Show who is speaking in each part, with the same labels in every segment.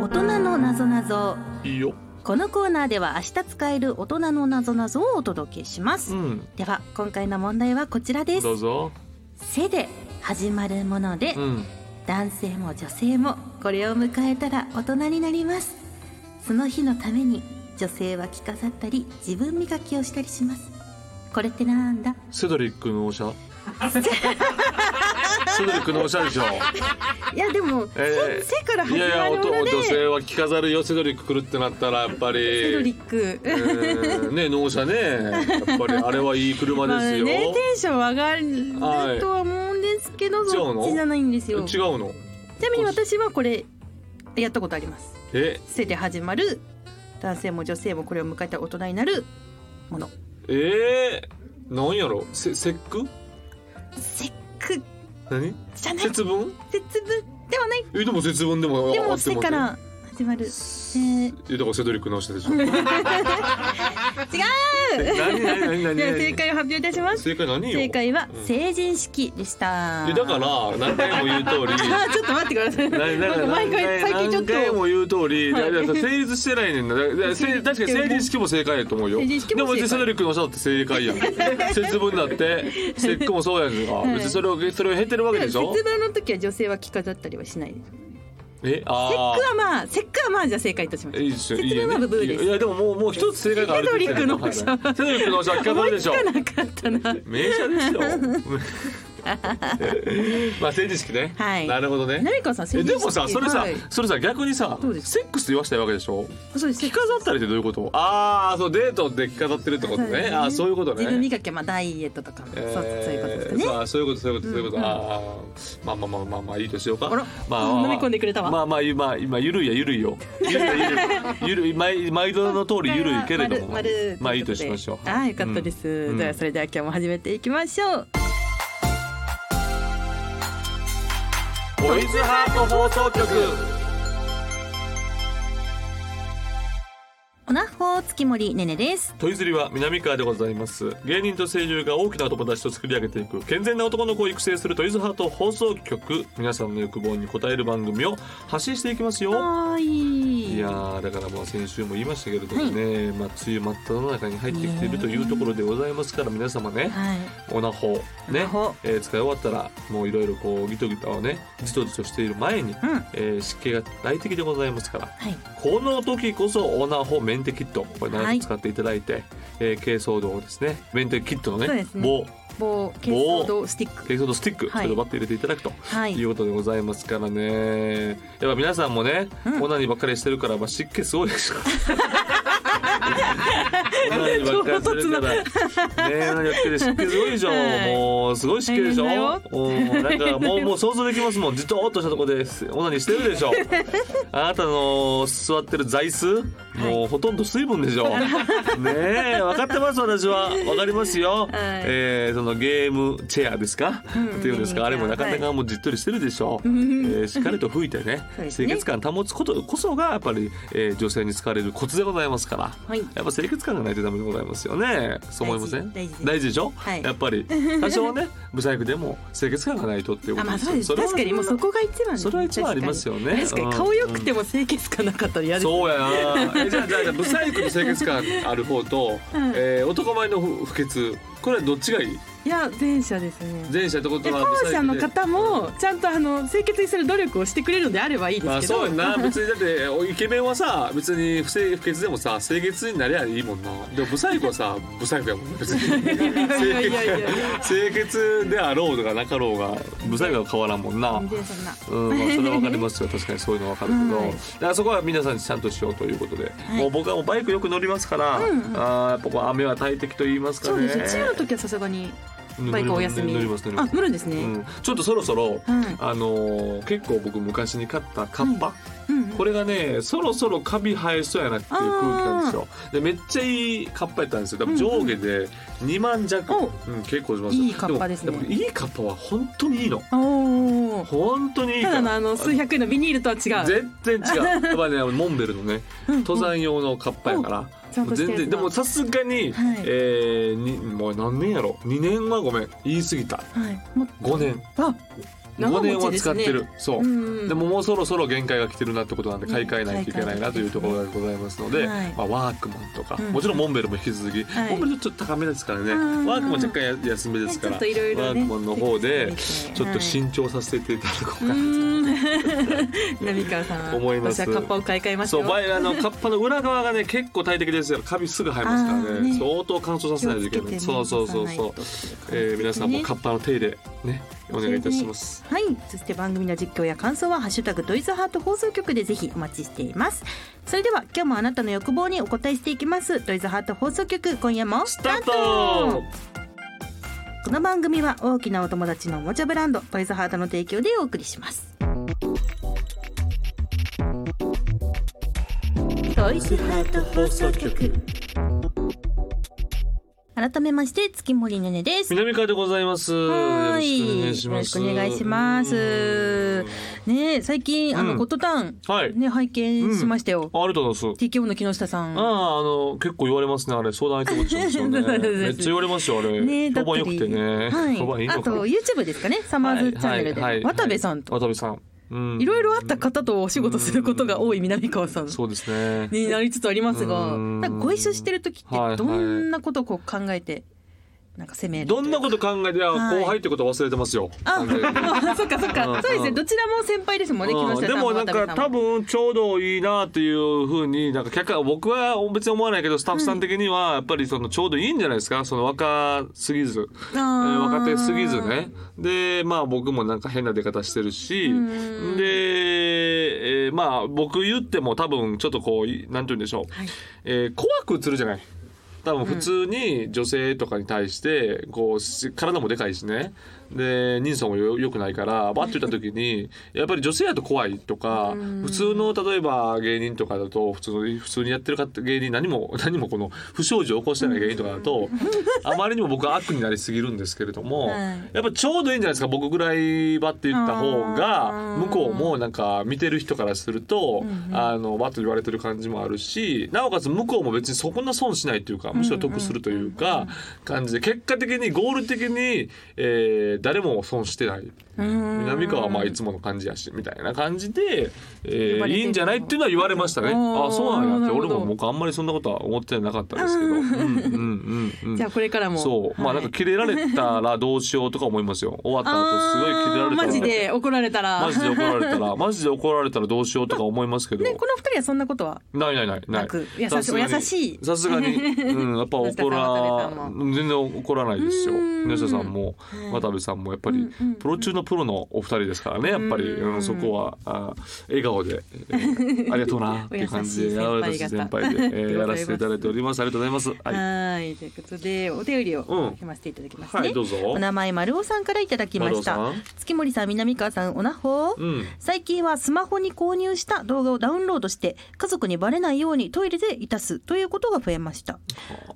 Speaker 1: 人のなぞなぞ
Speaker 2: いいよ
Speaker 1: このコーナーでは明日使える大人のなぞなぞをお届けします、
Speaker 2: うん
Speaker 1: では今回の問題はこちらです
Speaker 2: どうぞ
Speaker 1: 背で始まるもので、
Speaker 2: うん
Speaker 1: 男性も女性もこれを迎えたら大人になりますその日のために女性は着飾ったり自分磨きをしたりしますこれってなん だ
Speaker 2: セドリックのおしゃセドリックのおし ゃでしょ
Speaker 1: いやでも、
Speaker 2: えー
Speaker 1: せ背から
Speaker 2: い
Speaker 1: 始
Speaker 2: やい
Speaker 1: ま
Speaker 2: や
Speaker 1: る
Speaker 2: お
Speaker 1: もの
Speaker 2: と
Speaker 1: で
Speaker 2: 女性は着飾るよセドリック来るってなったらやっぱり
Speaker 1: セドリック、
Speaker 2: えーね納車ねやっぱりあれはいい車
Speaker 1: まあ
Speaker 2: で す
Speaker 1: ね
Speaker 2: よ、
Speaker 1: テンション上が
Speaker 2: はい
Speaker 1: るとは思うんですけど、
Speaker 2: 違うの
Speaker 1: そっちじゃないんですよち
Speaker 2: 違うの
Speaker 1: なみに私はこれやったことあります
Speaker 2: え
Speaker 1: 背で始まる男性も女性もこれを迎えたら大人になるもの
Speaker 2: えー、なんやろせ節句
Speaker 1: セック
Speaker 2: 何
Speaker 1: じゃない
Speaker 2: 節分
Speaker 1: 節分ではない
Speaker 2: えでも節分でも
Speaker 1: で
Speaker 2: あ合
Speaker 1: も
Speaker 2: ってま
Speaker 1: 背
Speaker 2: すよ
Speaker 1: から始まるえー
Speaker 2: えだからセドリック直し たでしょ違う何何何何
Speaker 1: では
Speaker 2: 何
Speaker 1: 正解を発表いたします
Speaker 2: 正解何よ
Speaker 1: 正解は
Speaker 2: うん
Speaker 1: 成人式でした、
Speaker 2: えだから何回も言う通り
Speaker 1: あちょっと待ってください
Speaker 2: 何
Speaker 1: なんか毎回最近ちょっと
Speaker 2: 回も言う通り、
Speaker 1: はい
Speaker 2: だからさ成立してないねんな。だだせ確かに成人式も正解やと思うよ。
Speaker 1: 成人式も正解
Speaker 2: でも別にセドリックのおっしゃって正解やん。 節分だって、節句もそうやんか。
Speaker 1: はい
Speaker 2: 別にそれをそれを経てるわけでし
Speaker 1: 節
Speaker 2: ょ。
Speaker 1: 分の時は女性は着飾ったりはしないです。
Speaker 2: え、
Speaker 1: セッ
Speaker 2: あ
Speaker 1: クはまあ、セックはまあじゃあ正解としま
Speaker 2: あ。
Speaker 1: す。
Speaker 2: いいですよ。
Speaker 1: 節
Speaker 2: いい
Speaker 1: 分は
Speaker 2: よ
Speaker 1: ブブーです
Speaker 2: いいやでももうもう一つ正解があるって言ってる
Speaker 1: セドリックのおっしゃ
Speaker 2: セドリックのおっしゃ聞かれるでしょ
Speaker 1: 思い。つかなかったな。
Speaker 2: 名車です よ。まあ成人式ね。
Speaker 1: はい
Speaker 2: なるほどね。
Speaker 1: 何かさん、成
Speaker 2: え
Speaker 1: 人式
Speaker 2: でもさそれさ、
Speaker 1: はい
Speaker 2: それさ逆にさ
Speaker 1: どうです
Speaker 2: セックスって言わしたいわけでしょ
Speaker 1: あそうです。
Speaker 2: 着飾ったりってどういうことああそうデートで着飾ってるってことねあーそういうことね
Speaker 1: 自分磨きはまあダイエットとかも、そう
Speaker 2: えー
Speaker 1: そういうことですかね。
Speaker 2: そうあそういうことそういうことそういうこと、
Speaker 1: うんうん
Speaker 2: あーまあまあまあまあまあいいとしようか
Speaker 1: あら
Speaker 2: ま
Speaker 1: うん飲み込んでくれたわ
Speaker 2: まあまあ今今ゆるいやゆるいよゆるいやゆるいゆ るい毎毎度の通りゆるいけれども
Speaker 1: まる
Speaker 2: まあいいとしましょう
Speaker 1: ああ、よかったです。
Speaker 2: うん
Speaker 1: では、それでは今日も始めていきましょう。
Speaker 2: ボイズハート放送局
Speaker 1: おなほ月森ねねです。
Speaker 2: トイズリは南川でございます芸人と声優が大きな友達と作り上げていく健全な男の子を育成するトイズハート放送局皆さんの欲望に応える番組を発信していきますよ
Speaker 1: はい。
Speaker 2: い
Speaker 1: い
Speaker 2: やーだからもう先週も言いましたけれどもね、まあ、梅雨真っ只中に入ってきているというところでございますから皆様ね
Speaker 1: はい。
Speaker 2: オナホね
Speaker 1: オナホ
Speaker 2: えー使い終わったらもういろいろこうギトギトをねじとじとしている前に、
Speaker 1: うん。は
Speaker 2: えー湿気が大敵でございますから
Speaker 1: い。
Speaker 2: この時こそオナホメンテキットこれ
Speaker 1: は
Speaker 2: 何
Speaker 1: い
Speaker 2: 度使っていただいて、えー軽装道ですねメンテキットのね
Speaker 1: そうですね
Speaker 2: 棒
Speaker 1: 棒、ケースドスティック。
Speaker 2: 軽装道スティック、
Speaker 1: はい
Speaker 2: それをバッて入れていただくと
Speaker 1: はいい。
Speaker 2: うことでございますからねやっぱ皆さんもね、
Speaker 1: うん
Speaker 2: オナニーばっかりしてるから、まあ、湿気すごい でしょオナニーばっかりしてるからねえ何やってる湿気すごいでしょ、
Speaker 1: はい
Speaker 2: もうすごい湿気でしょ
Speaker 1: 大変だよ
Speaker 2: うんなんかもうもう想像できますもんじとーっとしたところでオナニーしてるでし ょあなたの座ってる座椅子もうほとんど水分でし ょねえ分かってます私は分かりますよ、えーそのゲームチェアですか、
Speaker 1: うん
Speaker 2: っていうんですかあれもなかなかもうじっとりしてるでしょう、えーしっかりと吹いてね
Speaker 1: そうです
Speaker 2: 清
Speaker 1: ね
Speaker 2: 潔感保つことこそがやっぱり、えー女性に好かれるコツでございますから、
Speaker 1: はい
Speaker 2: やっぱ清潔感がないとダメでございますよねそう思いません
Speaker 1: 大事大事です
Speaker 2: でしょ、
Speaker 1: はい
Speaker 2: やっぱり 多少ね無細工でも清潔感がないとっていうこ
Speaker 1: あ、
Speaker 2: と
Speaker 1: まあ、
Speaker 2: です
Speaker 1: そうです。
Speaker 2: よ、れは
Speaker 1: 確かに、もうそこが一番です。
Speaker 2: それは一番ありますよね
Speaker 1: 確かに
Speaker 2: うん
Speaker 1: 確かに顔良くても清潔感なかったら嫌です。
Speaker 2: そうや なえじゃあじゃあじゃあブサイクの清潔感ある方と、
Speaker 1: うん
Speaker 2: えー男前の不不潔これはどっちがいい
Speaker 1: いや、前者ですね。
Speaker 2: 前者ってこと
Speaker 1: で
Speaker 2: は
Speaker 1: 後
Speaker 2: ブ
Speaker 1: 者
Speaker 2: サイク
Speaker 1: の
Speaker 2: で
Speaker 1: 方もちゃんとあの清潔にする努力をしてくれるのであればいいで
Speaker 2: まあ
Speaker 1: すけど、
Speaker 2: そうやんな別にだってイケメンはさ別に不正不潔でもさ清潔になりゃいいもんなでも不細工はさ不細工やもん別に
Speaker 1: やいやいやいや
Speaker 2: 清潔清潔であろうとかなかろうが不細工は変わらんもんな
Speaker 1: 全然そんな
Speaker 2: うん、ま あそれはわかりますよ確かにそういうのはわかるけど、
Speaker 1: はい
Speaker 2: だからそこは皆さんにちゃんとしようということで、
Speaker 1: い
Speaker 2: もう僕はもうバイクよく乗りますから、あーやっぱこう雨は大敵と言いますか
Speaker 1: そ
Speaker 2: ね
Speaker 1: うですよチームの時はさすがにバイクお休み
Speaker 2: 乗ります乗り
Speaker 1: あ
Speaker 2: ます
Speaker 1: 乗るんですね、
Speaker 2: うん、ちょっとそろそろ、
Speaker 1: はい
Speaker 2: あのー結構僕昔に買ったカッパ、
Speaker 1: うんうん
Speaker 2: これがねそろそろカビ生えそうやなっていう空気なんですよでめっちゃいいカッパやったんですよ多分上下で2万弱、
Speaker 1: お
Speaker 2: うん結構しますよ
Speaker 1: いいカッパですね
Speaker 2: ももいいカッパは本当にいいの
Speaker 1: おー
Speaker 2: 本当にいい
Speaker 1: た
Speaker 2: から
Speaker 1: だのあの数百円のビニールとは違う
Speaker 2: 全 然違うやっぱねモンベルのね登山用のカッパやから
Speaker 1: ちゃんとして
Speaker 2: 全
Speaker 1: る
Speaker 2: 然でもさすがに、
Speaker 1: はい
Speaker 2: えーにもう何年やろ2年はごめん言い過ぎた
Speaker 1: はいもう
Speaker 2: 5年
Speaker 1: あ
Speaker 2: 5
Speaker 1: 長
Speaker 2: 年
Speaker 1: 持
Speaker 2: は
Speaker 1: ちで
Speaker 2: 使
Speaker 1: す
Speaker 2: っ
Speaker 1: ね
Speaker 2: てるそう、
Speaker 1: うん
Speaker 2: でももうそろそろ限界が来てるなってことなんで買い替えないといけないなというところでございますので、
Speaker 1: はい
Speaker 2: まあ、ワークマンとか、
Speaker 1: うん
Speaker 2: もちろんモンベルも引き続き、
Speaker 1: はい
Speaker 2: モンベルちょっと高めですからね、
Speaker 1: うん
Speaker 2: ワークマン若干や安めですか
Speaker 1: ね
Speaker 2: ら、
Speaker 1: ちょっと色々ね
Speaker 2: ワークマンの方で
Speaker 1: ですね
Speaker 2: ちょっと慎重させていただこうかなと。
Speaker 1: 浪川さん
Speaker 2: 思います
Speaker 1: 私はカッパを買い替えました
Speaker 2: そう
Speaker 1: よ
Speaker 2: バイあのカッパの裏側がね結構大敵ですからカビすぐ生えますから
Speaker 1: あ
Speaker 2: ね
Speaker 1: ーね
Speaker 2: 相当乾燥させないといけな
Speaker 1: 気を
Speaker 2: い
Speaker 1: つけて
Speaker 2: そうそうそうそう、えー皆さんもカッパの手入れねお願いいたします
Speaker 1: はいそして番組の実況や感想は「ハッシュタグドイツハート放送局」でぜひお待ちしていますそれでは今日もあなたの欲望にお答えしていきますドイツハート放送局今夜もス
Speaker 2: スタート
Speaker 1: この番組は大きなお友達のおもちゃブランドトイズハートの提供でお送りしますトイズハート放送局改めまして月森ねねです
Speaker 2: 南川でございますよ
Speaker 1: は
Speaker 2: ろ
Speaker 1: い
Speaker 2: しくお願いします
Speaker 1: よろしくお願いします
Speaker 2: うん
Speaker 1: ねえ最近あ
Speaker 2: う
Speaker 1: の
Speaker 2: ん
Speaker 1: コットタン
Speaker 2: はい
Speaker 1: ね拝見しましたよ
Speaker 2: ありがとうございます
Speaker 1: TKO の木下さん
Speaker 2: あああの結構言われますねあれ相談相手こっちですよ ね
Speaker 1: そうです
Speaker 2: めっちゃ言われますよあれ、
Speaker 1: ねだ
Speaker 2: 評
Speaker 1: った
Speaker 2: 判
Speaker 1: り
Speaker 2: 良くてね、
Speaker 1: はい
Speaker 2: 評判いい
Speaker 1: あ
Speaker 2: のか
Speaker 1: と YouTube ですかねサマーズチャンネルで
Speaker 2: はいはいはい
Speaker 1: 渡部さんと
Speaker 2: 渡部さん、うん
Speaker 1: いろいろあった方とお仕事することが多い南川さん
Speaker 2: そうですね
Speaker 1: になりつつありますが、
Speaker 2: うん
Speaker 1: なんかご一緒してる時って
Speaker 2: はいはい
Speaker 1: どんなことをこう考えてなんか攻める
Speaker 2: どんな
Speaker 1: と
Speaker 2: こと考えて、あ
Speaker 1: はい
Speaker 2: 後輩ってこと忘れてますよ。
Speaker 1: あ
Speaker 2: 完全に
Speaker 1: そっかそっ
Speaker 2: う
Speaker 1: か
Speaker 2: ん
Speaker 1: そうですねどちらも先輩ですもんね木
Speaker 2: うん
Speaker 1: 下さん
Speaker 2: でもなんか多
Speaker 1: 分
Speaker 2: 分ちょうどいいなっていうふうになんか客観僕は別に思わないけどスタッフさん的にはやっぱりそのちょうどいいんじゃないですかその若すぎず、えー若手すぎずねでまあ僕もなんか変な出方してるし
Speaker 1: うん
Speaker 2: で、えーまあ僕言っても多分ちょっとこういなんて言うんでしょう、
Speaker 1: はい
Speaker 2: えー怖く映るじゃない多分普通に女性とかに対してこうし体もでかいしねで人相もよ良くないからバッと言った時にやっぱり女性だと怖いとか普通の例えば芸人とかだと普通の普通にやってる方芸人何も 何もこの不祥事を起こしてない芸人とかだとあまりにも僕は悪になりすぎるんですけれども
Speaker 1: はい
Speaker 2: やっぱちょうどいいんじゃないですか僕ぐらいバッて言った方が
Speaker 1: あー
Speaker 2: 向こうもなんか見てる人からすると
Speaker 1: うんうん
Speaker 2: あのバッと言われてる感じもあるしなおかつ向こうも別にそこんな損しないというかむしろ得するというか感じで結果的にゴール的に、えー誰も損してない南
Speaker 1: 南
Speaker 2: 川はまあいつもの感じやしみたいな感じで、えー
Speaker 1: 呼ばれてる
Speaker 2: いいんじゃないっていうのは言われましたね
Speaker 1: あー
Speaker 2: あそうなん
Speaker 1: な
Speaker 2: やっ
Speaker 1: る
Speaker 2: て
Speaker 1: ほ
Speaker 2: 俺
Speaker 1: ど
Speaker 2: も僕あんまりそんなことは思ってなかったですけ ど。うんうんうんうん
Speaker 1: じゃあこれからも
Speaker 2: そう、まあなんかキレられたらどうしようとか思いますよ。終わった後すごいキレられたら、
Speaker 1: マジで怒られたら
Speaker 2: マジで怒られ たら、マジで怒られたらどうしようとか思いますけど。
Speaker 1: ねこの二人はそんなことは
Speaker 2: ないないないない
Speaker 1: なく優しい
Speaker 2: さすがに
Speaker 1: 優しい
Speaker 2: さ すがに、うん、やっぱ怒ら
Speaker 1: 吉田さん渡部さん
Speaker 2: 全然怒らないですよ
Speaker 1: うん
Speaker 2: 吉田さんも渡部さんもやっぱり
Speaker 1: うんうん
Speaker 2: プロ中のプロのお二人ですからねやっぱり
Speaker 1: うん
Speaker 2: うんそこはあ笑顔で えーありがとうなっていう感じで
Speaker 1: お優しい
Speaker 2: や
Speaker 1: 先輩
Speaker 2: 先
Speaker 1: 方
Speaker 2: 輩でえ
Speaker 1: でございます
Speaker 2: ーやらせていただいておりますありがとうございますはい
Speaker 1: はいということでお便りを
Speaker 2: うん
Speaker 1: 読ませていただきますね、
Speaker 2: はいどうぞ
Speaker 1: お名前丸尾さんからいただきました
Speaker 2: 丸尾さん
Speaker 1: 月森さん南川さんおなほ
Speaker 2: うん
Speaker 1: 最近はスマホに購入した動画をダウンロードして家族にバレないようにトイレでいたすということが増えました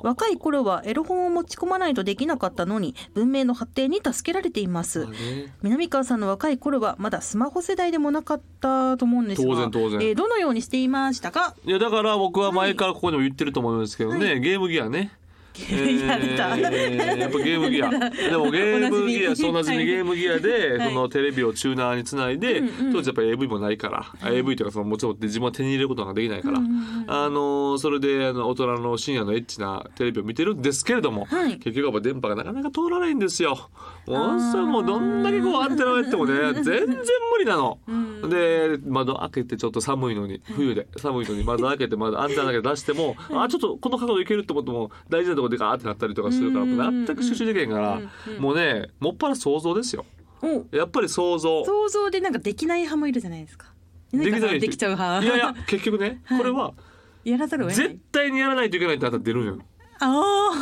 Speaker 1: 若い頃はエロ本を持ち込まないとできなかったのに文明の発展に助けられています
Speaker 2: まあね
Speaker 1: 南川さんの若い頃はまだスマホ世代でもなかったと思うんですが
Speaker 2: 当然当然
Speaker 1: えーどのようにしていましたか
Speaker 2: いやだから僕は前からここでも言ってると思いますけどね、ゲームギアね。ゲ
Speaker 1: ームギア出た
Speaker 2: やっぱゲーム ギア。でもゲームギ
Speaker 1: おなじみ
Speaker 2: ア、そうおなじ
Speaker 1: は
Speaker 2: み
Speaker 1: い
Speaker 2: ゲームギアで、
Speaker 1: はい
Speaker 2: そのテレビをチューナーにつないで、当時やっぱり AV もないから、AV というかそのもちろん自分は手に入れることができないから、あのーそれであの大人の深夜のエッチなテレビを見てるんですけれども、
Speaker 1: はい
Speaker 2: 結局やっぱ電波がなかなか通らないんですよ。もうさもうどんだけこうアンテナをやってもね、全然無理なの。で窓開けてちょっと寒いのに冬で寒いのに窓開けてまだアンテナだけ出しても、あちょっとこの角度いけると思っても大事なところでガーってなったりとかするから
Speaker 1: うん
Speaker 2: もう全く集中できへんから、もうねもっぱら想像ですよ。
Speaker 1: お
Speaker 2: やっぱり想像。
Speaker 1: 想像でなんかできない派もいるじゃないですか
Speaker 2: でき
Speaker 1: 南川
Speaker 2: な
Speaker 1: さん
Speaker 2: い
Speaker 1: できちゃう派
Speaker 2: いやいや結局ね、
Speaker 1: はい
Speaker 2: これは
Speaker 1: やらざるを得な
Speaker 2: 絶
Speaker 1: い
Speaker 2: 対にやらないといけないってあったら出るんよ。
Speaker 1: あ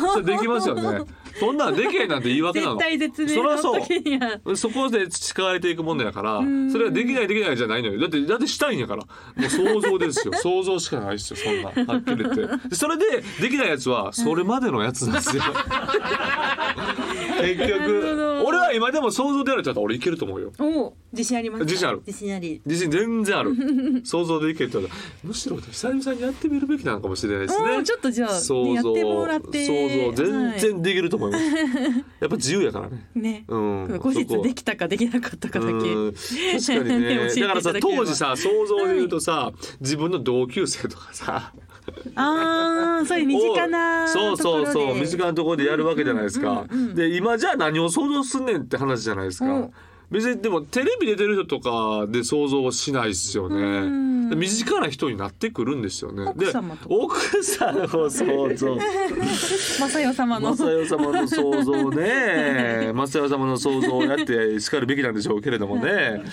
Speaker 2: そ
Speaker 1: あ
Speaker 2: れできます よね。そんなんできへんなんて言い訳な
Speaker 1: 絶
Speaker 2: の。
Speaker 1: 対絶
Speaker 2: そ
Speaker 1: 命
Speaker 2: りゃ
Speaker 1: の
Speaker 2: そう
Speaker 1: 時には
Speaker 2: そこで培われていくもんだから
Speaker 1: ん
Speaker 2: それはできないできないじゃないのよだってだってしたいんやからもう想像で すよ想像しかないですよそんなはっきり言ってでそれで できないやつはそれまでのやつなんですよ結
Speaker 1: なるほ
Speaker 2: 局
Speaker 1: ど
Speaker 2: 俺俺は今でも想像でやれちゃったら俺いけると思うよ
Speaker 1: お自信あります
Speaker 2: 自信ある
Speaker 3: 自信あり
Speaker 2: 自信全然ある想像でいけるってことむしろ久々にやってみるべきなのかもしれないです
Speaker 1: お
Speaker 2: ね
Speaker 1: ちょっとじゃあ、ね、
Speaker 2: 想
Speaker 1: やっ
Speaker 2: 像
Speaker 1: てもらって
Speaker 2: 想像全
Speaker 1: は
Speaker 2: 然できると思います、やっぱ自由やからね
Speaker 1: いね、
Speaker 2: うん
Speaker 1: 後日
Speaker 2: そこ
Speaker 1: できた かできなかったかだけ、
Speaker 2: うん確かに
Speaker 1: でも教え
Speaker 2: ね
Speaker 1: てい
Speaker 2: だ
Speaker 1: ただ
Speaker 2: から
Speaker 1: け
Speaker 2: さ
Speaker 1: れば
Speaker 2: 当時さ想像で言うとさ、自分の同級生とかさ
Speaker 1: ああそういう身近なとこ
Speaker 2: そ
Speaker 1: ろ
Speaker 2: う
Speaker 1: で
Speaker 2: そうそう身近なところでやるわけじゃないですか、で今じゃあ何を想像すんねんって話じゃないですか、
Speaker 1: うん
Speaker 2: 別にでもテレビ出てる人とかで想像はしないですよね、
Speaker 1: ん
Speaker 2: で身近な人になってくるんですよね
Speaker 1: 奥様とか
Speaker 2: で奥さんを想像
Speaker 1: 正代様の
Speaker 2: 正代様の想像 ね正代様の想像をやってしかるべきなんでしょうけれどもね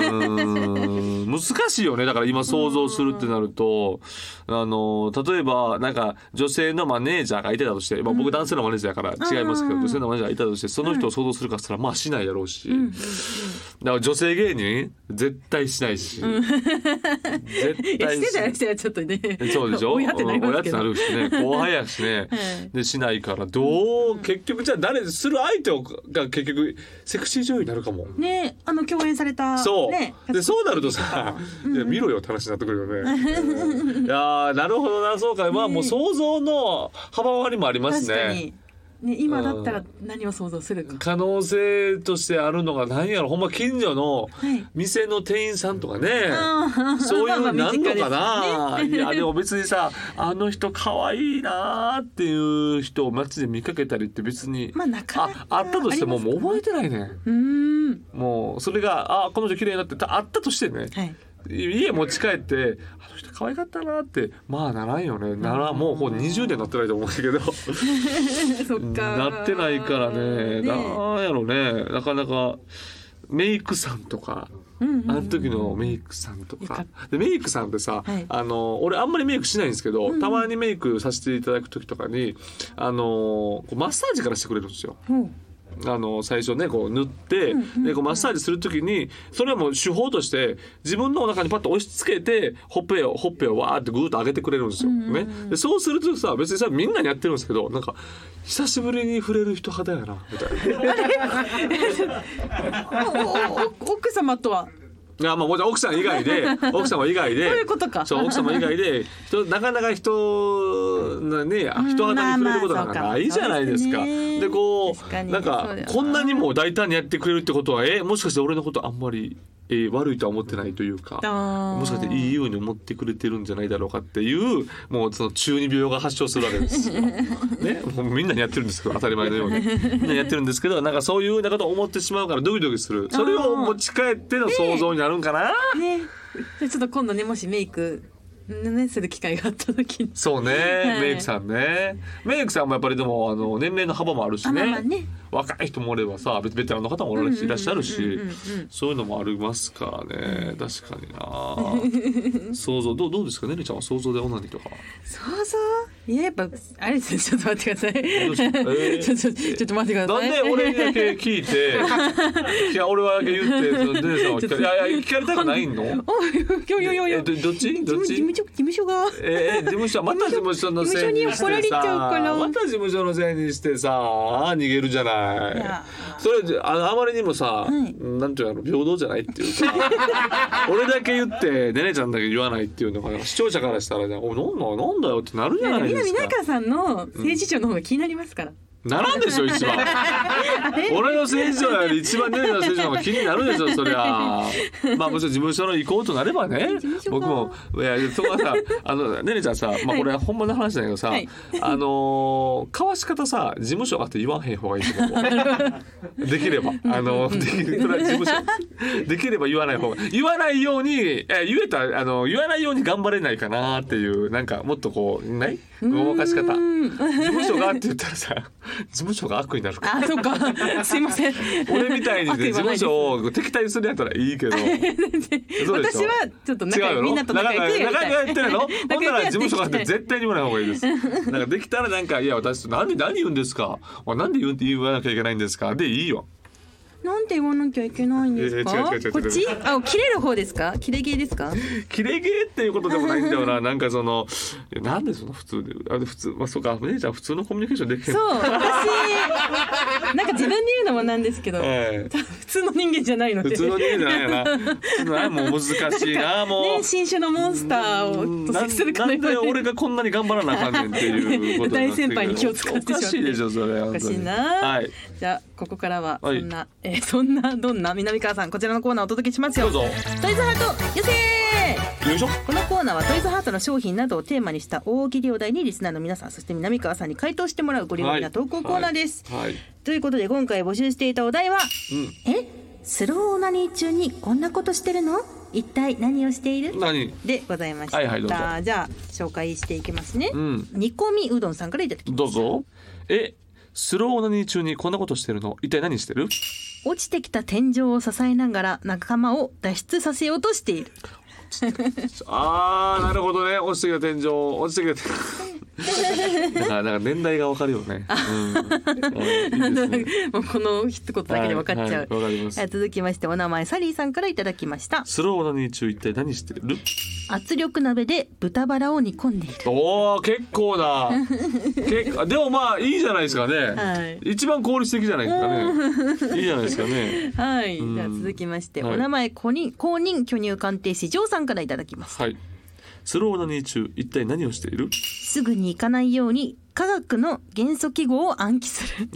Speaker 2: うーん難しいよねだから今想像するってなるとあの例えばなんか女性のマネージャーがいてたとして、まあ、僕男性のマネージャーやから違いますけど、女性のマネージャーがいたとしてその人を想像するかしたらまあしないやろうし、だから女性芸人絶対しないし、絶
Speaker 1: いや
Speaker 2: 対
Speaker 1: して
Speaker 2: しな
Speaker 1: た
Speaker 2: い
Speaker 1: りしてはちょっとね
Speaker 2: そうでしょ
Speaker 1: 親ってなりますけど
Speaker 2: うん親ってなるしね後輩や しね、でしないからどう結局じゃあ誰する相手をが結局セクシー女優になるかも。
Speaker 1: ねあの共演された
Speaker 2: そう、
Speaker 1: ね
Speaker 2: でそうなるとさ、いや見ろよって話になって くるよね。いやーなるほどなそうかまあもう想像の幅割りもあります
Speaker 1: 確か
Speaker 2: ね。
Speaker 1: にね今だったら何を想像するか
Speaker 2: 可能性としてあるのが何やろほんま近所の
Speaker 1: い
Speaker 2: 店の店員さんとかね、
Speaker 1: あー
Speaker 2: そういうのになんのか
Speaker 1: まあまあ
Speaker 2: な、
Speaker 1: 身近ですね
Speaker 2: いやでも別にさあの人可愛いなーっていう人を街で見かけたりって別に、
Speaker 1: まあなかな
Speaker 2: あ
Speaker 1: か
Speaker 2: あったとしてももう覚えてないね
Speaker 1: うーん
Speaker 2: もうそれがあこの人綺麗になってたあったとしてね
Speaker 1: はい
Speaker 2: 家持ち帰ってあの人可愛かったなーってまあならんよねならもうほう20年なってないと思うんだけど。
Speaker 1: そっか
Speaker 2: なってないから
Speaker 1: ね
Speaker 2: ねなんやろねなかなかメイクさんとか。あの時のメイクさんと
Speaker 1: よか
Speaker 2: か
Speaker 1: っ
Speaker 2: でメイクさんってさ、
Speaker 1: はい
Speaker 2: あの俺あんまりメイクしないんですけど、たまにメイクさせていただく時とかにあのこうマッサージからしてくれるんですよ。
Speaker 1: ほう
Speaker 2: あの最初ねこう塗って、でこうマッサージする時にそれはもう手法として自分のお腹にパッと押し付けてほっぺをほっぺをわーってぐーっと上げてくれるんですよ。ね、でそうするとさ別にさみんなにやってるんですけどなんか久しぶりに触れる人肌やなみたいな。
Speaker 1: おお奥様とは
Speaker 2: あまあ、もちろん奥さん以 外で奥様以外で
Speaker 1: そういうことか
Speaker 2: そう奥様以外で人なかなか人なねあ人肌に触れることなんか
Speaker 1: まあまあ
Speaker 2: ないじゃないですか。
Speaker 1: そうですね
Speaker 2: でこ
Speaker 1: 確か
Speaker 2: う
Speaker 1: に
Speaker 2: なん
Speaker 1: そう
Speaker 2: か
Speaker 1: だよな
Speaker 2: こんなにも大胆にやってくれるってことはえもしかして俺のことあんまり、えー悪いとは思ってないというか。
Speaker 1: あー
Speaker 2: もしかしていいように思ってくれてるんじゃないだろうかっていうもうその中二病が発症するわけですよ。ね、もうみんなにやってるんですけど当たり前のようにみんなやってるんですけどなんかそういうようなことを思ってしまうからドキドキするそれを持ち帰っての想像になるんかな、
Speaker 1: ねじゃあちょっと今度ねもしメイクねする機会があった時に
Speaker 2: そうね、
Speaker 1: い
Speaker 2: メイクさんねメイクさんもやっぱりでもあの年齢の幅もあるしね,、
Speaker 1: あまあまあね
Speaker 2: 若い人もおればさベベテランの方もおられいらっしゃるしそういうのもありますからね確かにな想像どうどうですかねりちゃんは想像で女に とかは。
Speaker 1: そうそういややっぱあれですねちょっと待ってください、
Speaker 2: うしたえ ー
Speaker 1: ちょちょちょっと待ってくだ
Speaker 2: な
Speaker 1: さい
Speaker 2: んで俺にだけ聞いて、 いや俺はだけ言って、そのデネさんは聞かれいやいや聞かれたくないの？
Speaker 1: おいおいおいおいおい
Speaker 2: えどどっち？どっ
Speaker 1: 事
Speaker 2: ち
Speaker 1: 務？所事務所が
Speaker 2: えー、事務所また事務所のせいに
Speaker 1: 事務所
Speaker 2: し
Speaker 1: に怒ら
Speaker 2: て
Speaker 1: れち
Speaker 2: さ
Speaker 1: ゃうから
Speaker 2: また事務所のせいにしてさ逃げるじゃない
Speaker 1: や
Speaker 2: それじゃあのあまりにもさ、なんていうの平等じゃないっ ていうか俺だけ言ってねねちゃんだけ言わないっていうのが視聴者からしたらねおなんだなんだよってなるじゃない
Speaker 1: み
Speaker 2: で
Speaker 1: なみ
Speaker 2: す
Speaker 1: な
Speaker 2: か
Speaker 1: かさんの政治長の方が気になりますから、
Speaker 2: ならんでし ょ一番俺の政治上より一番ねねちゃんの政治上が気になるでしょそりゃまあもちろん事務所の意向となればね
Speaker 1: 務所か
Speaker 2: 僕もいやそこはさあのねねちゃんさまあこれは本物の話だけどさ、
Speaker 1: はい
Speaker 2: あのー交わし方さ事務所があって言わへん方がいいと思うできればあのできこれは事務所できれば言わない方が言わないようにえ言えたあの言わないように頑張れないかなっていうなんかもっとこうないごまかし方事務所がって言ったらさ事務所が悪になる から
Speaker 1: あそう かすいません
Speaker 2: 俺みたいに
Speaker 1: 悪
Speaker 2: ね
Speaker 1: 意
Speaker 2: 事
Speaker 1: はないで
Speaker 2: 務
Speaker 1: す
Speaker 2: 所を敵対するやったら いいけどそうでしょ
Speaker 1: 私はちょっと
Speaker 2: 違う
Speaker 1: 仲良
Speaker 2: よ
Speaker 1: くみんなと仲良くやり
Speaker 2: 仲
Speaker 1: たい
Speaker 2: 良くやってるのほんな
Speaker 1: 仲良
Speaker 2: ら
Speaker 1: くや
Speaker 2: 事
Speaker 1: ってい
Speaker 2: 務
Speaker 1: き
Speaker 2: 所があったて
Speaker 1: い
Speaker 2: 絶対に言わない方がい いですなんかできたらなんか「いや私なんで何言うんですかお前なんで言う言わなきゃいけないんですか」でいいよ
Speaker 1: なん
Speaker 4: なんて言わなきゃいけないんです
Speaker 2: いやいや
Speaker 4: か
Speaker 2: 違う違う違う違う
Speaker 4: こっちあ切れる方ですか切れ毛ですか
Speaker 2: キレゲーっていうことでもないんだ よななんかそのいやなんでその普通であで普通まあそうか姉ちゃん普通のコミュニケーションできへん
Speaker 4: そう私なんか自分で言うのもなんですけど
Speaker 2: ええ
Speaker 4: 普通の人間じゃないので
Speaker 2: 普通の人間じゃないよな普通のなもう難しいなもう
Speaker 4: ね、新種のモンスターを
Speaker 2: な
Speaker 4: 突撃するか
Speaker 2: なん
Speaker 4: のよう
Speaker 2: で
Speaker 4: に
Speaker 2: 俺がこんなに頑張らなあかんねんっていうことになってる
Speaker 4: 大先輩に気を使ってしまって
Speaker 2: おかしいでしょそれ
Speaker 4: お
Speaker 2: お
Speaker 4: かしいな
Speaker 2: はい
Speaker 4: じゃあここからはそ
Speaker 2: はい
Speaker 4: んな、えーそんなどんな南川さんこちらのコーナーをお届けします
Speaker 2: ど
Speaker 4: よ
Speaker 2: うぞ
Speaker 4: トイズハートよせ
Speaker 2: よいしょ
Speaker 4: このコーナーはトイズハートの商品などをテーマにした大喜利お題にリスナーの皆さんそして南川さんに回答してもらうご利用な投稿コーナーです、
Speaker 2: はい、はい
Speaker 4: ということで今回募集していたお題は
Speaker 2: うん
Speaker 5: えスローオナニー中にこんなことしてるの一体何をしている
Speaker 2: 何
Speaker 4: でございました、
Speaker 2: はいはいどうぞ
Speaker 4: じゃあ紹介していきますね、
Speaker 2: うん
Speaker 4: 煮込みうどんさんからいただきました
Speaker 2: どうぞえスローオナニー中にこんなことしてるの一体何してる
Speaker 1: 落ちてきた天井を支えながら仲間を脱出させようとしている
Speaker 2: あーなるほどね落ちてきた天井落ちてき た天井なんかなんか年代がわかるよね、うんうん、いいですね
Speaker 4: もうこの一言だけで分かっちゃう、
Speaker 2: はいはいわかります
Speaker 4: えー続きましてお名前サリーさんからいただきました
Speaker 2: スローオナニー中一体何してる
Speaker 1: 圧力鍋で豚バラを煮込んでいる
Speaker 2: おお結構な結構でもまあいいじゃないですかね、
Speaker 4: はい
Speaker 2: 一番効率的じゃないですかねいいじゃないですかね
Speaker 4: はい、
Speaker 2: うん
Speaker 4: じゃあ続きまして、
Speaker 2: はい
Speaker 4: お名
Speaker 1: 名
Speaker 4: 前
Speaker 1: 前公認公認巨乳鑑定士ジョーさんからいただきます
Speaker 2: はいスローオナニー中一体何をして いる
Speaker 1: すぐに行かないように科学の元素記号を暗記する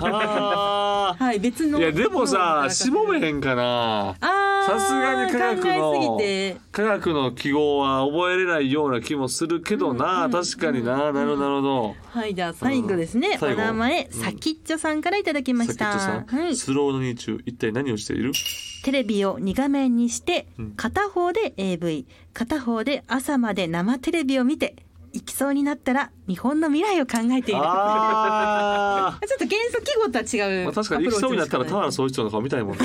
Speaker 2: あ
Speaker 4: はい別
Speaker 2: ー
Speaker 4: の
Speaker 2: いやでも さ
Speaker 4: し
Speaker 2: 絞めへんかな
Speaker 4: あー
Speaker 2: さすがに科学の
Speaker 4: 考えすぎて
Speaker 2: 科学の記号は覚えれないような気もするけどな、確かにな、なるほどなるほど
Speaker 4: はいじゃあ最後です
Speaker 2: う
Speaker 4: ね
Speaker 2: ん、最
Speaker 4: お
Speaker 2: 後
Speaker 4: 名前、
Speaker 2: うん
Speaker 4: さきっちょさんからいただきま
Speaker 2: さ
Speaker 4: し
Speaker 2: っき言
Speaker 4: た
Speaker 2: ったさ、
Speaker 4: はい
Speaker 2: スローオナニー中一体何をしている
Speaker 1: テレビを2画面にして
Speaker 2: うん
Speaker 1: 片方で AV 片方で朝まで生テレビを見て行きそうになったら日本の未来を考えている
Speaker 2: あ ー
Speaker 4: ちょっと元素記号とは違う、
Speaker 2: まあ、確かに行きそうになったら田原総一郎の顔見たい もんね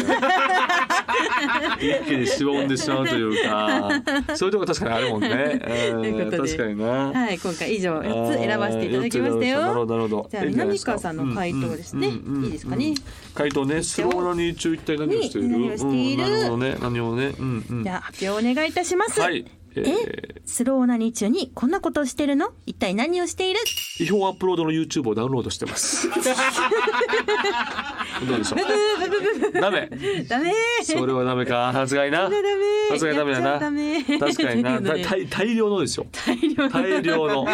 Speaker 2: 一気にしぼんでしまうというかそういうとこ確かにあるもんね、 うん
Speaker 4: ということで
Speaker 2: 確かにな、
Speaker 4: はい今回以上4つ選ばせていただきました
Speaker 2: あーなるほど
Speaker 4: よ
Speaker 2: なるほど
Speaker 4: じゃあ
Speaker 2: いいじゃないで
Speaker 4: 南
Speaker 2: すか
Speaker 4: 川さんの回答ですね
Speaker 2: うんうんうんうん
Speaker 4: いいですかね
Speaker 2: 回答ねスローナニー中一体何をしている
Speaker 4: 何をして
Speaker 2: うん、
Speaker 4: いる
Speaker 2: なるほどね何をねうんうん
Speaker 4: じゃあ発表お願いいたします、
Speaker 2: はい、えー
Speaker 1: スローな日中にこんなことをしてるの一体何をしている
Speaker 2: 違法アップロードの YouTube をダウンロードしてます どうでしょうダメ
Speaker 4: ダメ
Speaker 2: それはダメかさすがにな
Speaker 4: ダメ
Speaker 2: さすがにダメだな
Speaker 4: やっちゃダメ
Speaker 2: 確か にな
Speaker 4: と
Speaker 2: 大
Speaker 4: いうことで
Speaker 2: 大大量のですよ
Speaker 4: 大量の
Speaker 2: 大量の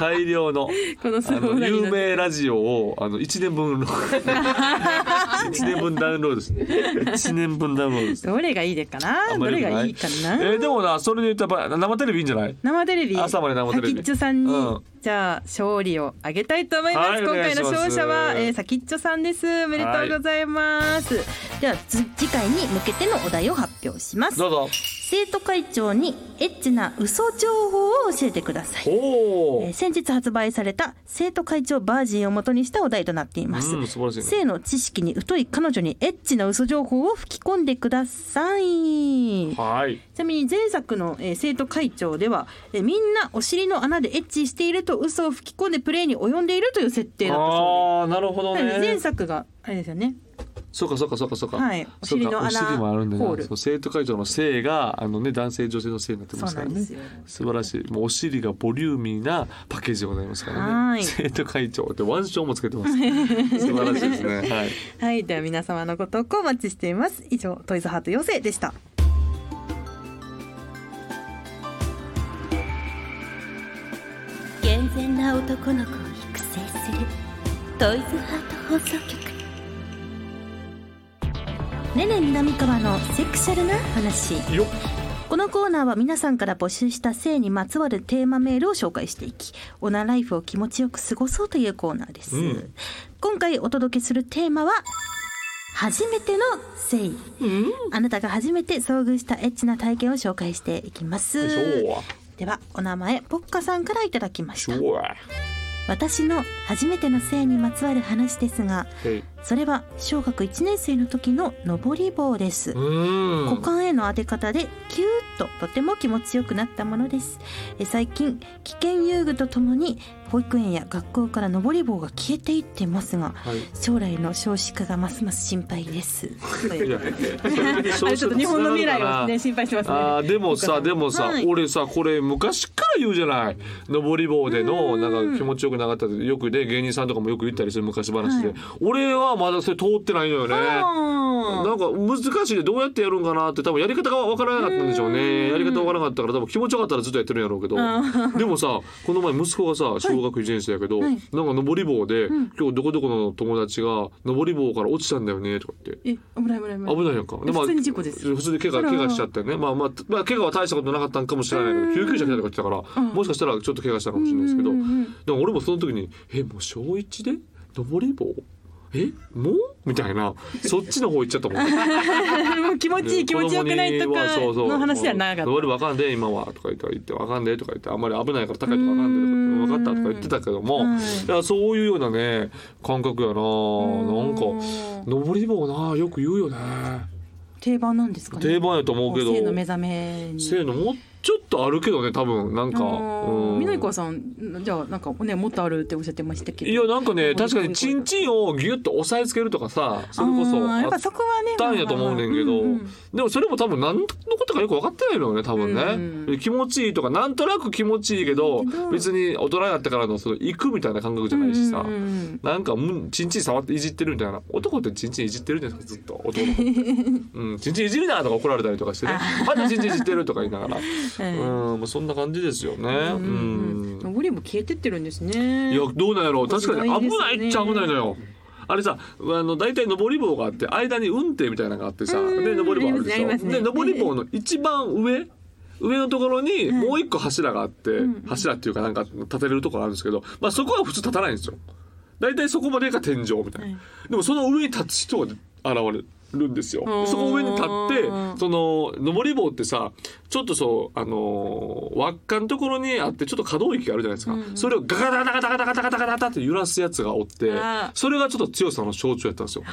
Speaker 2: 大量の
Speaker 4: このス
Speaker 2: あ
Speaker 4: ロー
Speaker 2: の
Speaker 4: なりの
Speaker 2: 有名ラジオをあの1年分の 一年分ダウンロードです1年分ダウンロードです
Speaker 4: どれがいいでかな
Speaker 2: あん
Speaker 4: ど
Speaker 2: まり
Speaker 4: れ
Speaker 2: 良く
Speaker 4: が
Speaker 2: ない
Speaker 4: いかな、
Speaker 2: えーでもなそれで言ったらやっぱ生テレビいいんじゃない
Speaker 4: 生テレビ
Speaker 2: 朝まで生テレビ
Speaker 4: サキッチョさんに、
Speaker 2: うん
Speaker 4: じゃあ勝利をあげたいと思います、
Speaker 2: はい
Speaker 4: 今回の
Speaker 2: お願いします
Speaker 4: 勝者は、えー、サキッチョさんですおめでとうございます、
Speaker 1: ではつ次回に向けてのお題を発表します
Speaker 2: どうぞ
Speaker 1: 生徒会長にエッチな嘘情報を教えてください
Speaker 2: お
Speaker 1: えー
Speaker 2: ー
Speaker 1: 先日発売された生徒会長バージンを元にしたお題となっています、
Speaker 2: うん素晴らしいね
Speaker 1: 性の知識に疎い彼女にエッチな嘘情報を吹き込んでください
Speaker 2: はい
Speaker 1: ちなみに前作の、えー生徒会長では、えーみんなお尻の穴でエッチしていると嘘を吹き込んでプレイに及んでいるという設定だったそ
Speaker 2: ああなるほど
Speaker 1: うですなので前
Speaker 2: ね
Speaker 1: 作があれですよね
Speaker 2: そうかそうかそうかそうか
Speaker 1: はいお尻の穴
Speaker 2: そうかお尻もあるんだよな
Speaker 1: ホール
Speaker 2: そう生徒会長の性があのね男性女性の性になってますからね
Speaker 1: そうなん
Speaker 2: 素晴らしいもうお尻がボリューミーなパッケージでございますから
Speaker 4: は
Speaker 2: ね
Speaker 4: い
Speaker 2: 生徒会長って腕章もつけてます素晴らしいですねはい
Speaker 4: はいでは皆様のご投稿お待ちしています以上トイズハート妖精でした
Speaker 5: 健全な男の子を育成するトイズハート放送局
Speaker 1: ねね南川のセクシャルな話
Speaker 2: よっ
Speaker 1: このコーナーは皆さんから募集した性にまつわるテーマメールを紹介していきオナライフを気持ちよく過ごそうというコーナーです、
Speaker 2: うん
Speaker 1: 今回お届けするテーマは初めての性、あなたが初めて遭遇したエッチな体験を紹介していきます
Speaker 2: そう
Speaker 1: ではお名前ポッカさんからいただきました
Speaker 2: そう
Speaker 1: 私の初めての性にまつわる話ですが
Speaker 2: はい
Speaker 1: それは小学1年生の時の登り棒です
Speaker 2: うん
Speaker 1: 股間への当て方でキューッととても気持ちよくなったものですえ最近危険遊具とともに保育園や学校から登り棒が消えていってますが
Speaker 2: はい
Speaker 1: 将来の少子化がますます心配 ですという
Speaker 2: いや
Speaker 4: ちょっと日本の未来をね 心配してますね。
Speaker 2: あーでもさでもさ、
Speaker 1: はい
Speaker 2: 俺さこれ昔から言うじゃない登り棒でのなんか気持ちよくなかったってよくね芸人さんとかもよく言ったりする昔話で、俺はまだそれ通ってないのよね。なんか難しいでどうやってやるんかなって多分やり方が分からなかったんでしょうねやり方分からなかったから多分気持ちよかったらずっとやってるんやろうけど でもさこの前息子がさ小学1年生やけど、なんか登り棒で、今日どこどこの友達が登り棒から落ちたんだよねとか言って
Speaker 4: え危ない危ない危ない。
Speaker 2: 危ないやんか。でまあ
Speaker 4: 普通に事故ですよ
Speaker 2: 普通に怪我怪我しちゃってね。まあまあまあ怪我は大したことなかったんかもしれないけど、救急車来たとか言ってたから、もしかしたらちょっと怪我したかもしれないですけど、でも俺もその時にえもう小一で登り棒えもうみたいなそっちの方行っちゃったもん。
Speaker 4: もう気持ちいい気持ちよくないとかの話じゃなかった。
Speaker 2: 登り棒あかんで今はとか言って言ってあかんでとか言ってあんまり危ないから高いとかあかんでとか言って分かったとか言ってたけども、だからそういうようなね感覚やな。なんか登り棒なよく言うよね。
Speaker 4: 定番なんですかね。
Speaker 2: 定番やと思うけど
Speaker 4: 性の目覚めに。
Speaker 2: せーのもうちょっとあるけどね多分なんかうん
Speaker 4: みのりこさんじゃあなんかねもっとあるっておっしゃってましたけど。
Speaker 2: いやなんかね
Speaker 4: こういう
Speaker 2: 確かにチンチンをギュッと押さえつけるとかさそれこそ
Speaker 4: あーやっ
Speaker 2: あ
Speaker 4: ぱ
Speaker 2: っ
Speaker 4: そこはね。
Speaker 2: たんやと思うねんけど、
Speaker 4: まあまあまあうんうん
Speaker 2: でもそれも多分何のことかよく分かってないのよね多分ね、
Speaker 4: うんう
Speaker 2: 気持ちいいとかなんとなく気持ちいいけど別に大人になってからのその行くみたいな感覚じゃないしさ、
Speaker 4: うんうんうん
Speaker 2: なんかむチンチン触っていじってるみたいな男ってチンチンいじってるじゃないですかずっと 男の子うんチンチンいじるなとか怒られたりとかしてねまたチンチンいじってるとか言いながら、うんもうそんな感じですよねう
Speaker 4: うんう
Speaker 2: ん、
Speaker 4: ん登りも消えてってるんですね。
Speaker 2: いやどうなんやろう確かに危
Speaker 4: 危
Speaker 2: な
Speaker 4: ないい
Speaker 2: っ
Speaker 4: で
Speaker 2: ち
Speaker 4: す
Speaker 2: ゃ
Speaker 4: ね
Speaker 2: 危ないのよあれさあの大体上り棒があって間に運転みたいなのがあってさで上り棒あるで
Speaker 4: あ
Speaker 2: し
Speaker 4: り
Speaker 2: ょ、
Speaker 4: ますね
Speaker 2: で
Speaker 4: ありますね
Speaker 2: 上り棒の一番上上のところにもう一個柱があって、柱っていうかなんか立てれるところあるんですけど、まあ、そこは普通立たないんですよ大体そこまでが天井みたいな、でもその上に立つ人が現れるんですよ
Speaker 4: ー
Speaker 2: そこ上に立ってその上り棒ってさちょっとそうあのー輪っかのところにあってちょっと可動域があるじゃないですか、それをガガガガガガガガガガガガガって揺らすやつがおって
Speaker 4: あー
Speaker 2: それがちょっと強さの象徴やったんですよ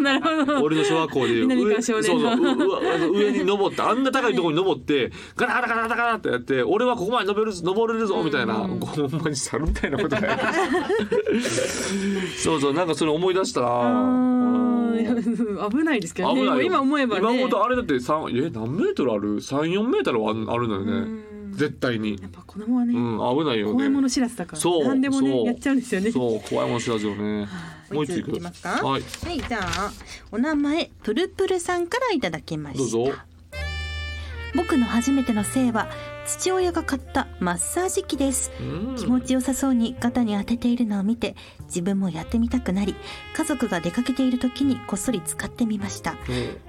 Speaker 4: なるほど。
Speaker 2: 俺の小学校でいう
Speaker 4: 南
Speaker 2: 上
Speaker 4: 川
Speaker 2: そう
Speaker 4: 少
Speaker 2: そう
Speaker 4: 年
Speaker 2: う
Speaker 4: の
Speaker 2: うあの上に登ってあんな高いところに登ってガラガラガラガラガラってやって俺はここまで登れる登れるぞみたいな、ほんまに猿みたいなことだよ そうそうなんかそれ思い出したな
Speaker 4: あー危ないですけどね。
Speaker 2: 危ないよ
Speaker 4: 今思えばね。
Speaker 2: 今思うとあれだって三え何メートルある34メートルはあるあるのよね絶対に
Speaker 4: やっぱ子供は
Speaker 2: う
Speaker 4: ね、
Speaker 2: ん危ないよね
Speaker 4: 怖いもの知らずだから、
Speaker 2: そう
Speaker 4: 何でも
Speaker 2: そ
Speaker 4: ねやっちゃうんですよね。
Speaker 2: そう怖いもの知らずよねもう一つい
Speaker 1: いきますか
Speaker 2: はい
Speaker 1: はいじゃあお名前プルプルさんからいただきました
Speaker 2: どうぞ
Speaker 1: 僕の初めての性は父親が買ったマッサージ機です
Speaker 2: うん
Speaker 1: 気持ちよさそうに肩に当てているのを見て自分もやってみたくなり家族が出かけている時にこっそり使ってみました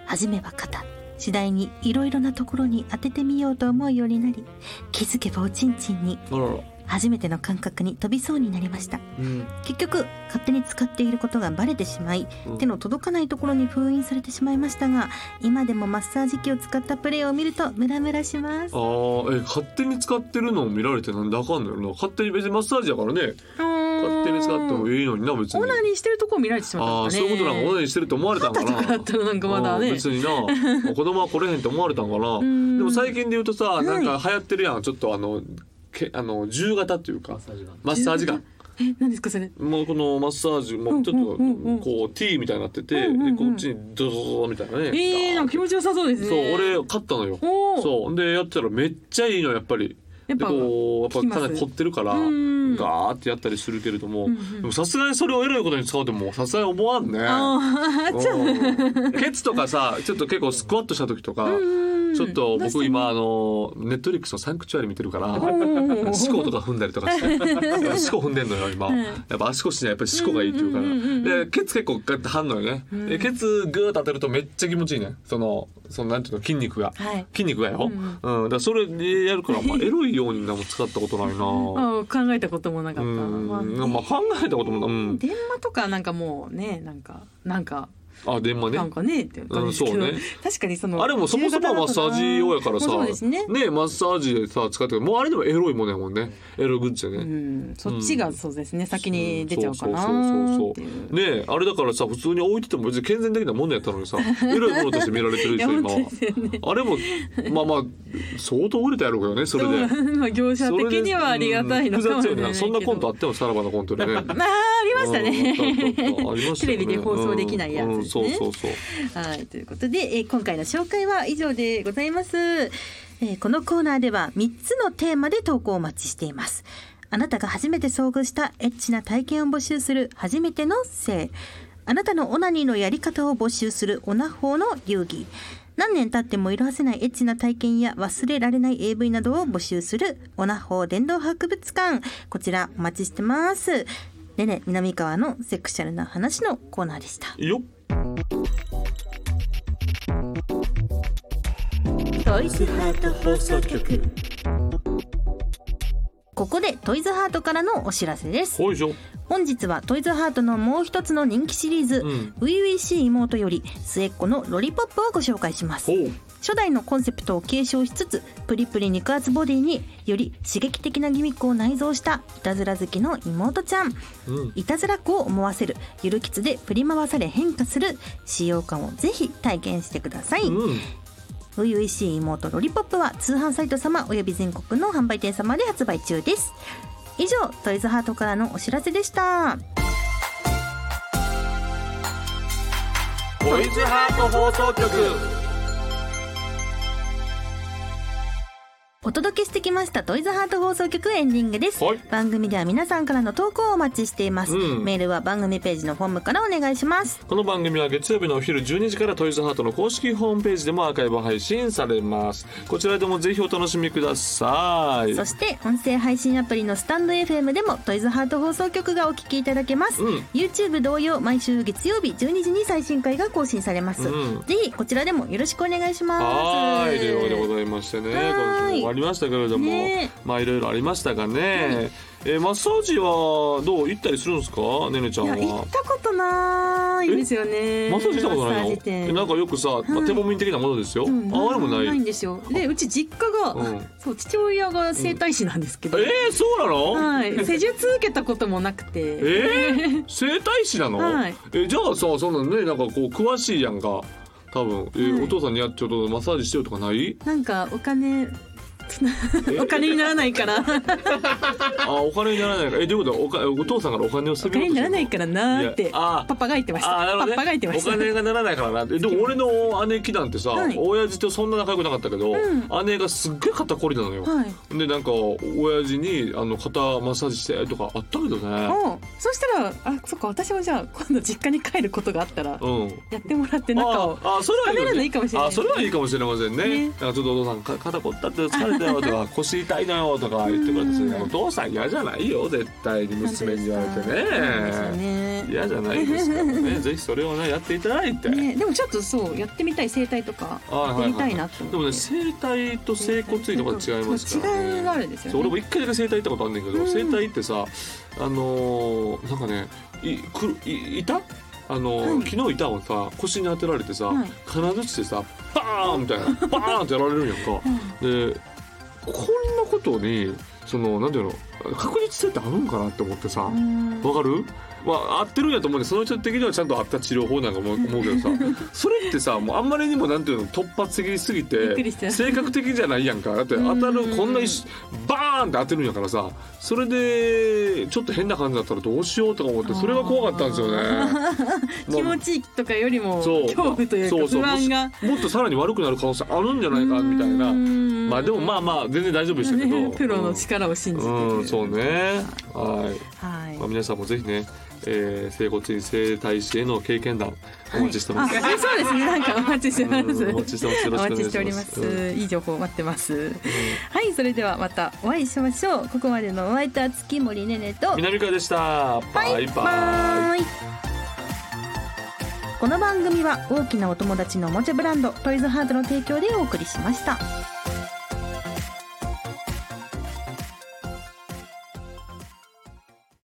Speaker 1: 初めは肩次第にいろいろなところに当ててみようと思うようになり気づけばおちんちんに
Speaker 2: うんあらら
Speaker 1: 初めての感覚に飛びそうになりました
Speaker 2: うん
Speaker 1: 結局勝手に使っていることがバレてしまい
Speaker 2: うん
Speaker 1: 手の届かないところに封印されてしまいましたが今でもマッサージ機を使ったプレーを見るとムラムラします
Speaker 2: あーえ勝手に使ってるのを見られてなんであかんのよな勝手に別にマッサージやからね勝
Speaker 4: 勝
Speaker 2: 手に使ってもいいのにな別に
Speaker 4: オナニーしてるとこを見られてし
Speaker 2: あ
Speaker 4: ま
Speaker 2: あ
Speaker 4: った
Speaker 2: そういうことなんかオナ
Speaker 4: ニ
Speaker 2: ニーしてると思われたんか
Speaker 4: と
Speaker 2: な
Speaker 4: かだったらなんかまだ
Speaker 2: あー
Speaker 4: ね
Speaker 2: 別にな子供は来れへんって思われたんかなで
Speaker 4: ん
Speaker 2: も最近で言うとさなんか流行ってるやんちょっとあのけあの銃型っていうかマッサージガン
Speaker 4: え何ですかそれ
Speaker 2: もうこのマッサージもうちょっとこう T みたいになっててでこっちにドドドドみたいなね
Speaker 4: えー、なんか気持ちよさそうですね
Speaker 2: そう俺買ったのよ
Speaker 4: おー
Speaker 2: そうでやったらめっちゃいいのやっぱり。
Speaker 4: やっぱ
Speaker 2: でこうやっ
Speaker 4: き
Speaker 2: ぱ
Speaker 4: ます
Speaker 2: かなり凝ってるからガ
Speaker 4: ん
Speaker 2: ーってやったりするけれどもでもさすがにそれをえらいことに使うともうさすがに思わんね。
Speaker 4: あー
Speaker 2: うんケツとかさちょっと結構スクワットした時とか ちょっと僕今あのネットリックスのサンクチュアリ見てるから四股とか踏んだりとかして 四股踏んでんのよ今やっぱ足腰にはやっぱり四股がいいっていうからでケツ結構ガッてはんのよねでケツグーッと当てるとめっちゃ気持ちいいねそのそのなんていうの筋肉が
Speaker 4: はい
Speaker 2: 筋肉がようんだからそれでやるからまあエロいように何も使ったこと ないな
Speaker 4: あー考えたこともなか
Speaker 2: う
Speaker 4: った、まあ、
Speaker 2: んまあ考えたこともなうん
Speaker 4: 電話とかなんかもうねなんかなんか
Speaker 2: あ電話ね
Speaker 4: なんかねって言ったんですけど、
Speaker 2: うんそうね
Speaker 4: 確かにその
Speaker 2: あれもそもそもはマッサージ用やからさ
Speaker 4: もうそうですね
Speaker 2: マッサージでさ使ってるもうあれでもエロいもんねもんねエログッズ
Speaker 4: う
Speaker 2: ね、
Speaker 4: ん、そっちがそうですね、先に出ちゃうかな
Speaker 2: そ
Speaker 4: ー
Speaker 2: う
Speaker 4: っ
Speaker 2: そ
Speaker 4: て
Speaker 2: う
Speaker 4: い
Speaker 2: そう
Speaker 4: う
Speaker 2: そうねえあれだからさ普通に置いてても別に健全的なものやったのに さエロいものとして見られてるでしょ今は、
Speaker 4: いや本当ですよね
Speaker 2: あれもまあまあ相当売れたやろうけどねそれで
Speaker 4: そう まあ業者
Speaker 2: それで
Speaker 4: 的にはありがたいのかもしれ
Speaker 2: うん複雑よ
Speaker 4: な
Speaker 2: ね
Speaker 4: い
Speaker 2: そんなコントあ
Speaker 4: あ
Speaker 2: ってもさらばのコントでね
Speaker 4: あーありました
Speaker 2: うんあったあったあり
Speaker 4: ね
Speaker 2: ました
Speaker 4: テ
Speaker 2: よね
Speaker 4: レビで放送できないやつですね、
Speaker 2: うんうんそうそうそう
Speaker 4: はいということで、えー今回の紹介は以上でございます
Speaker 1: えーこのコーナーでは3つのテーマで投稿をお待ちしていますあなたが初めて遭遇したエッチな体験を募集する初めての性あなたのオナニーのやり方を募集するオナホーの流儀何年経っても色褪せないエッチな体験や忘れられない AV などを募集するオナホー伝道博物館こちらお待ちしてますねね南川のセクシャルな話のコーナーでした
Speaker 2: よっ
Speaker 5: トイズハート放送局
Speaker 1: ここでトイズハートからのお知らせです
Speaker 2: ほいしょ
Speaker 1: 本日はトイズハートのもう一つの人気シリーズ
Speaker 2: うん
Speaker 1: 「初々しい妹」より末っ子のロリポップをご紹介します
Speaker 2: ほう
Speaker 1: 初代のコンセプトを継承しつつプリプリ肉厚ボディにより刺激的なギミックを内蔵したいたずら好きの妹ちゃん
Speaker 2: うん
Speaker 1: いたずら子を思わせるゆるキツで振り回され変化する使用感をぜひ体験してください
Speaker 2: うん
Speaker 1: 初々しい妹ロリポップは通販サイト様および全国の販売店様で発売中です以上トイズハートからのお知らせでした
Speaker 2: トイズハート放送局
Speaker 1: お届けしてきましたトイズハート放送局エンディングです、
Speaker 2: はい
Speaker 1: 番組では皆さんからの投稿をお待ちしています、
Speaker 2: うん
Speaker 1: メールは番組ページのフォームからお願いします
Speaker 2: この番組は月曜日のお昼12時からトイズハートの公式ホームページでもアーカイブ配信されますこちらでもぜひお楽しみください
Speaker 1: そして音声配信アプリのスタンド FM でもトイズハート放送局がお聞きいただけます、
Speaker 2: うん
Speaker 1: YouTube 同様毎週月曜日12時に最新回が更新されます、
Speaker 2: うん
Speaker 1: ぜひこちらでもよろしくお願いします
Speaker 2: はーいということでございましてね
Speaker 1: はーい
Speaker 2: 今週も終わりましたけれども、
Speaker 1: ね
Speaker 2: まあいろいろありましたがね、えーマッサージはどう行ったりするんですかねねちゃん
Speaker 4: いや行
Speaker 2: は
Speaker 4: ったことないですよね
Speaker 2: マッサージしたことない
Speaker 4: マッサ
Speaker 2: の
Speaker 4: ージ店
Speaker 2: えなんかよくさ、まあ、手もみん的なものですよ、
Speaker 4: うん
Speaker 2: ああれもない
Speaker 4: ないんですよでうち実家が、
Speaker 2: うん
Speaker 4: そう父親が整体師なんですけど、
Speaker 2: えー、そうなの、
Speaker 4: はい、施術受けたこともなく
Speaker 2: え
Speaker 4: て
Speaker 2: ー、整体師なの、
Speaker 4: はい
Speaker 2: えじゃあさそんなねなんかこう詳しいやんか多分、えー
Speaker 4: はい
Speaker 2: お父さんにやっちょっとマッサージしてよとかない
Speaker 4: なんかお金お金にならないからお
Speaker 2: あお金にならないからえどういうことおかお父さんからお金をす
Speaker 4: 金にならないからなーっ
Speaker 2: い
Speaker 4: て
Speaker 2: やあー
Speaker 4: パパが言ってました
Speaker 2: あーなるほ
Speaker 4: パ
Speaker 2: どね
Speaker 4: パが言ってまし
Speaker 2: お
Speaker 4: た
Speaker 2: 金がならないからなってでも俺の姉貴なんてさ、
Speaker 4: はい
Speaker 2: 親父とそんな仲良くなかったけど、
Speaker 4: う
Speaker 2: 姉がすっごい肩こりなのよ、
Speaker 4: はい
Speaker 2: でなんか親父にあの肩マッサージしてとかあったけどね
Speaker 4: おそしたらあそっか私もじゃあ今度実家に帰ることがあったら
Speaker 2: うん
Speaker 4: やってもらって中を
Speaker 2: ああそれはいい
Speaker 4: 食べるのいいかもしれない
Speaker 2: あそれはいいかもしれませんねな
Speaker 4: ね
Speaker 2: んかちょっとお父さんか肩こったって疲れたよとか腰痛いのよとか言ってくれてさ
Speaker 4: うん
Speaker 2: お父さん嫌じゃないよ絶対に娘に言われて
Speaker 4: なんですよ
Speaker 2: ね
Speaker 4: ね
Speaker 2: 嫌じゃないですから ねぜひそれをねやっていただいて、
Speaker 4: ね、でもちょっとそうやってみたい整体とか
Speaker 2: はい
Speaker 4: やっ
Speaker 2: は
Speaker 4: て
Speaker 2: い
Speaker 4: みた
Speaker 2: はい
Speaker 4: いなって思って、
Speaker 2: でもね整体と整骨院とか違いますから、ね、
Speaker 4: 違いがあるんですよね
Speaker 2: そう俺も一回だけ整体行ったことあるんだけど、
Speaker 4: うん
Speaker 2: 整体ってさあのーなんかねいくるいいたあのー
Speaker 4: はい
Speaker 2: 昨日板をさ腰に当てられてさ、
Speaker 4: はい
Speaker 2: 金槌でさバーンみたいなバーンってやられるんやんか、でこんなことにそのなんていうの確率性ってあるんかなって思ってさ、
Speaker 4: うん
Speaker 2: わかるまあ合ってるんやと思うんでその人的にはちゃんと合った治療法なんか も思うけどさそれってさもうあんまりにもなんていうの突発的すぎ
Speaker 4: っくりしてた
Speaker 2: 性格的じゃないやんかだって当たるこんな一バーンって当てるんやからさそれでちょっと変な感じだったらどうしようとか思ってそれが怖かったんですよね。
Speaker 4: 気
Speaker 2: まあ
Speaker 4: 持ちいいとかよりも
Speaker 2: そう
Speaker 4: 恐怖というか
Speaker 2: そうそう
Speaker 4: 不安が
Speaker 2: もしもっとさらに悪くなる可能性あるんじゃないかみたいな
Speaker 4: うん
Speaker 2: まあでもまあまあ全然大丈夫でしたけど、
Speaker 4: ねプロの力を信じて
Speaker 2: うんうんそうねはい
Speaker 4: はい
Speaker 2: まあ、皆さんもぜひね、えー、整骨院整体師への経験談お待ちしてま
Speaker 4: あ
Speaker 2: す、
Speaker 4: そうですねなんかお待ちしてます
Speaker 2: うんお待ちしてますよろしくお
Speaker 4: お
Speaker 2: 願
Speaker 4: 待
Speaker 2: いします
Speaker 4: ちしております、
Speaker 2: う
Speaker 4: いい情報待ってます
Speaker 1: はいそれではまたお会いしましょうここまでのお相手は月森ねねと
Speaker 2: 南川でしたバイバイ
Speaker 1: バイこの番組は大きなお友達のおもちゃブランドトイズハートの提供でお送りしました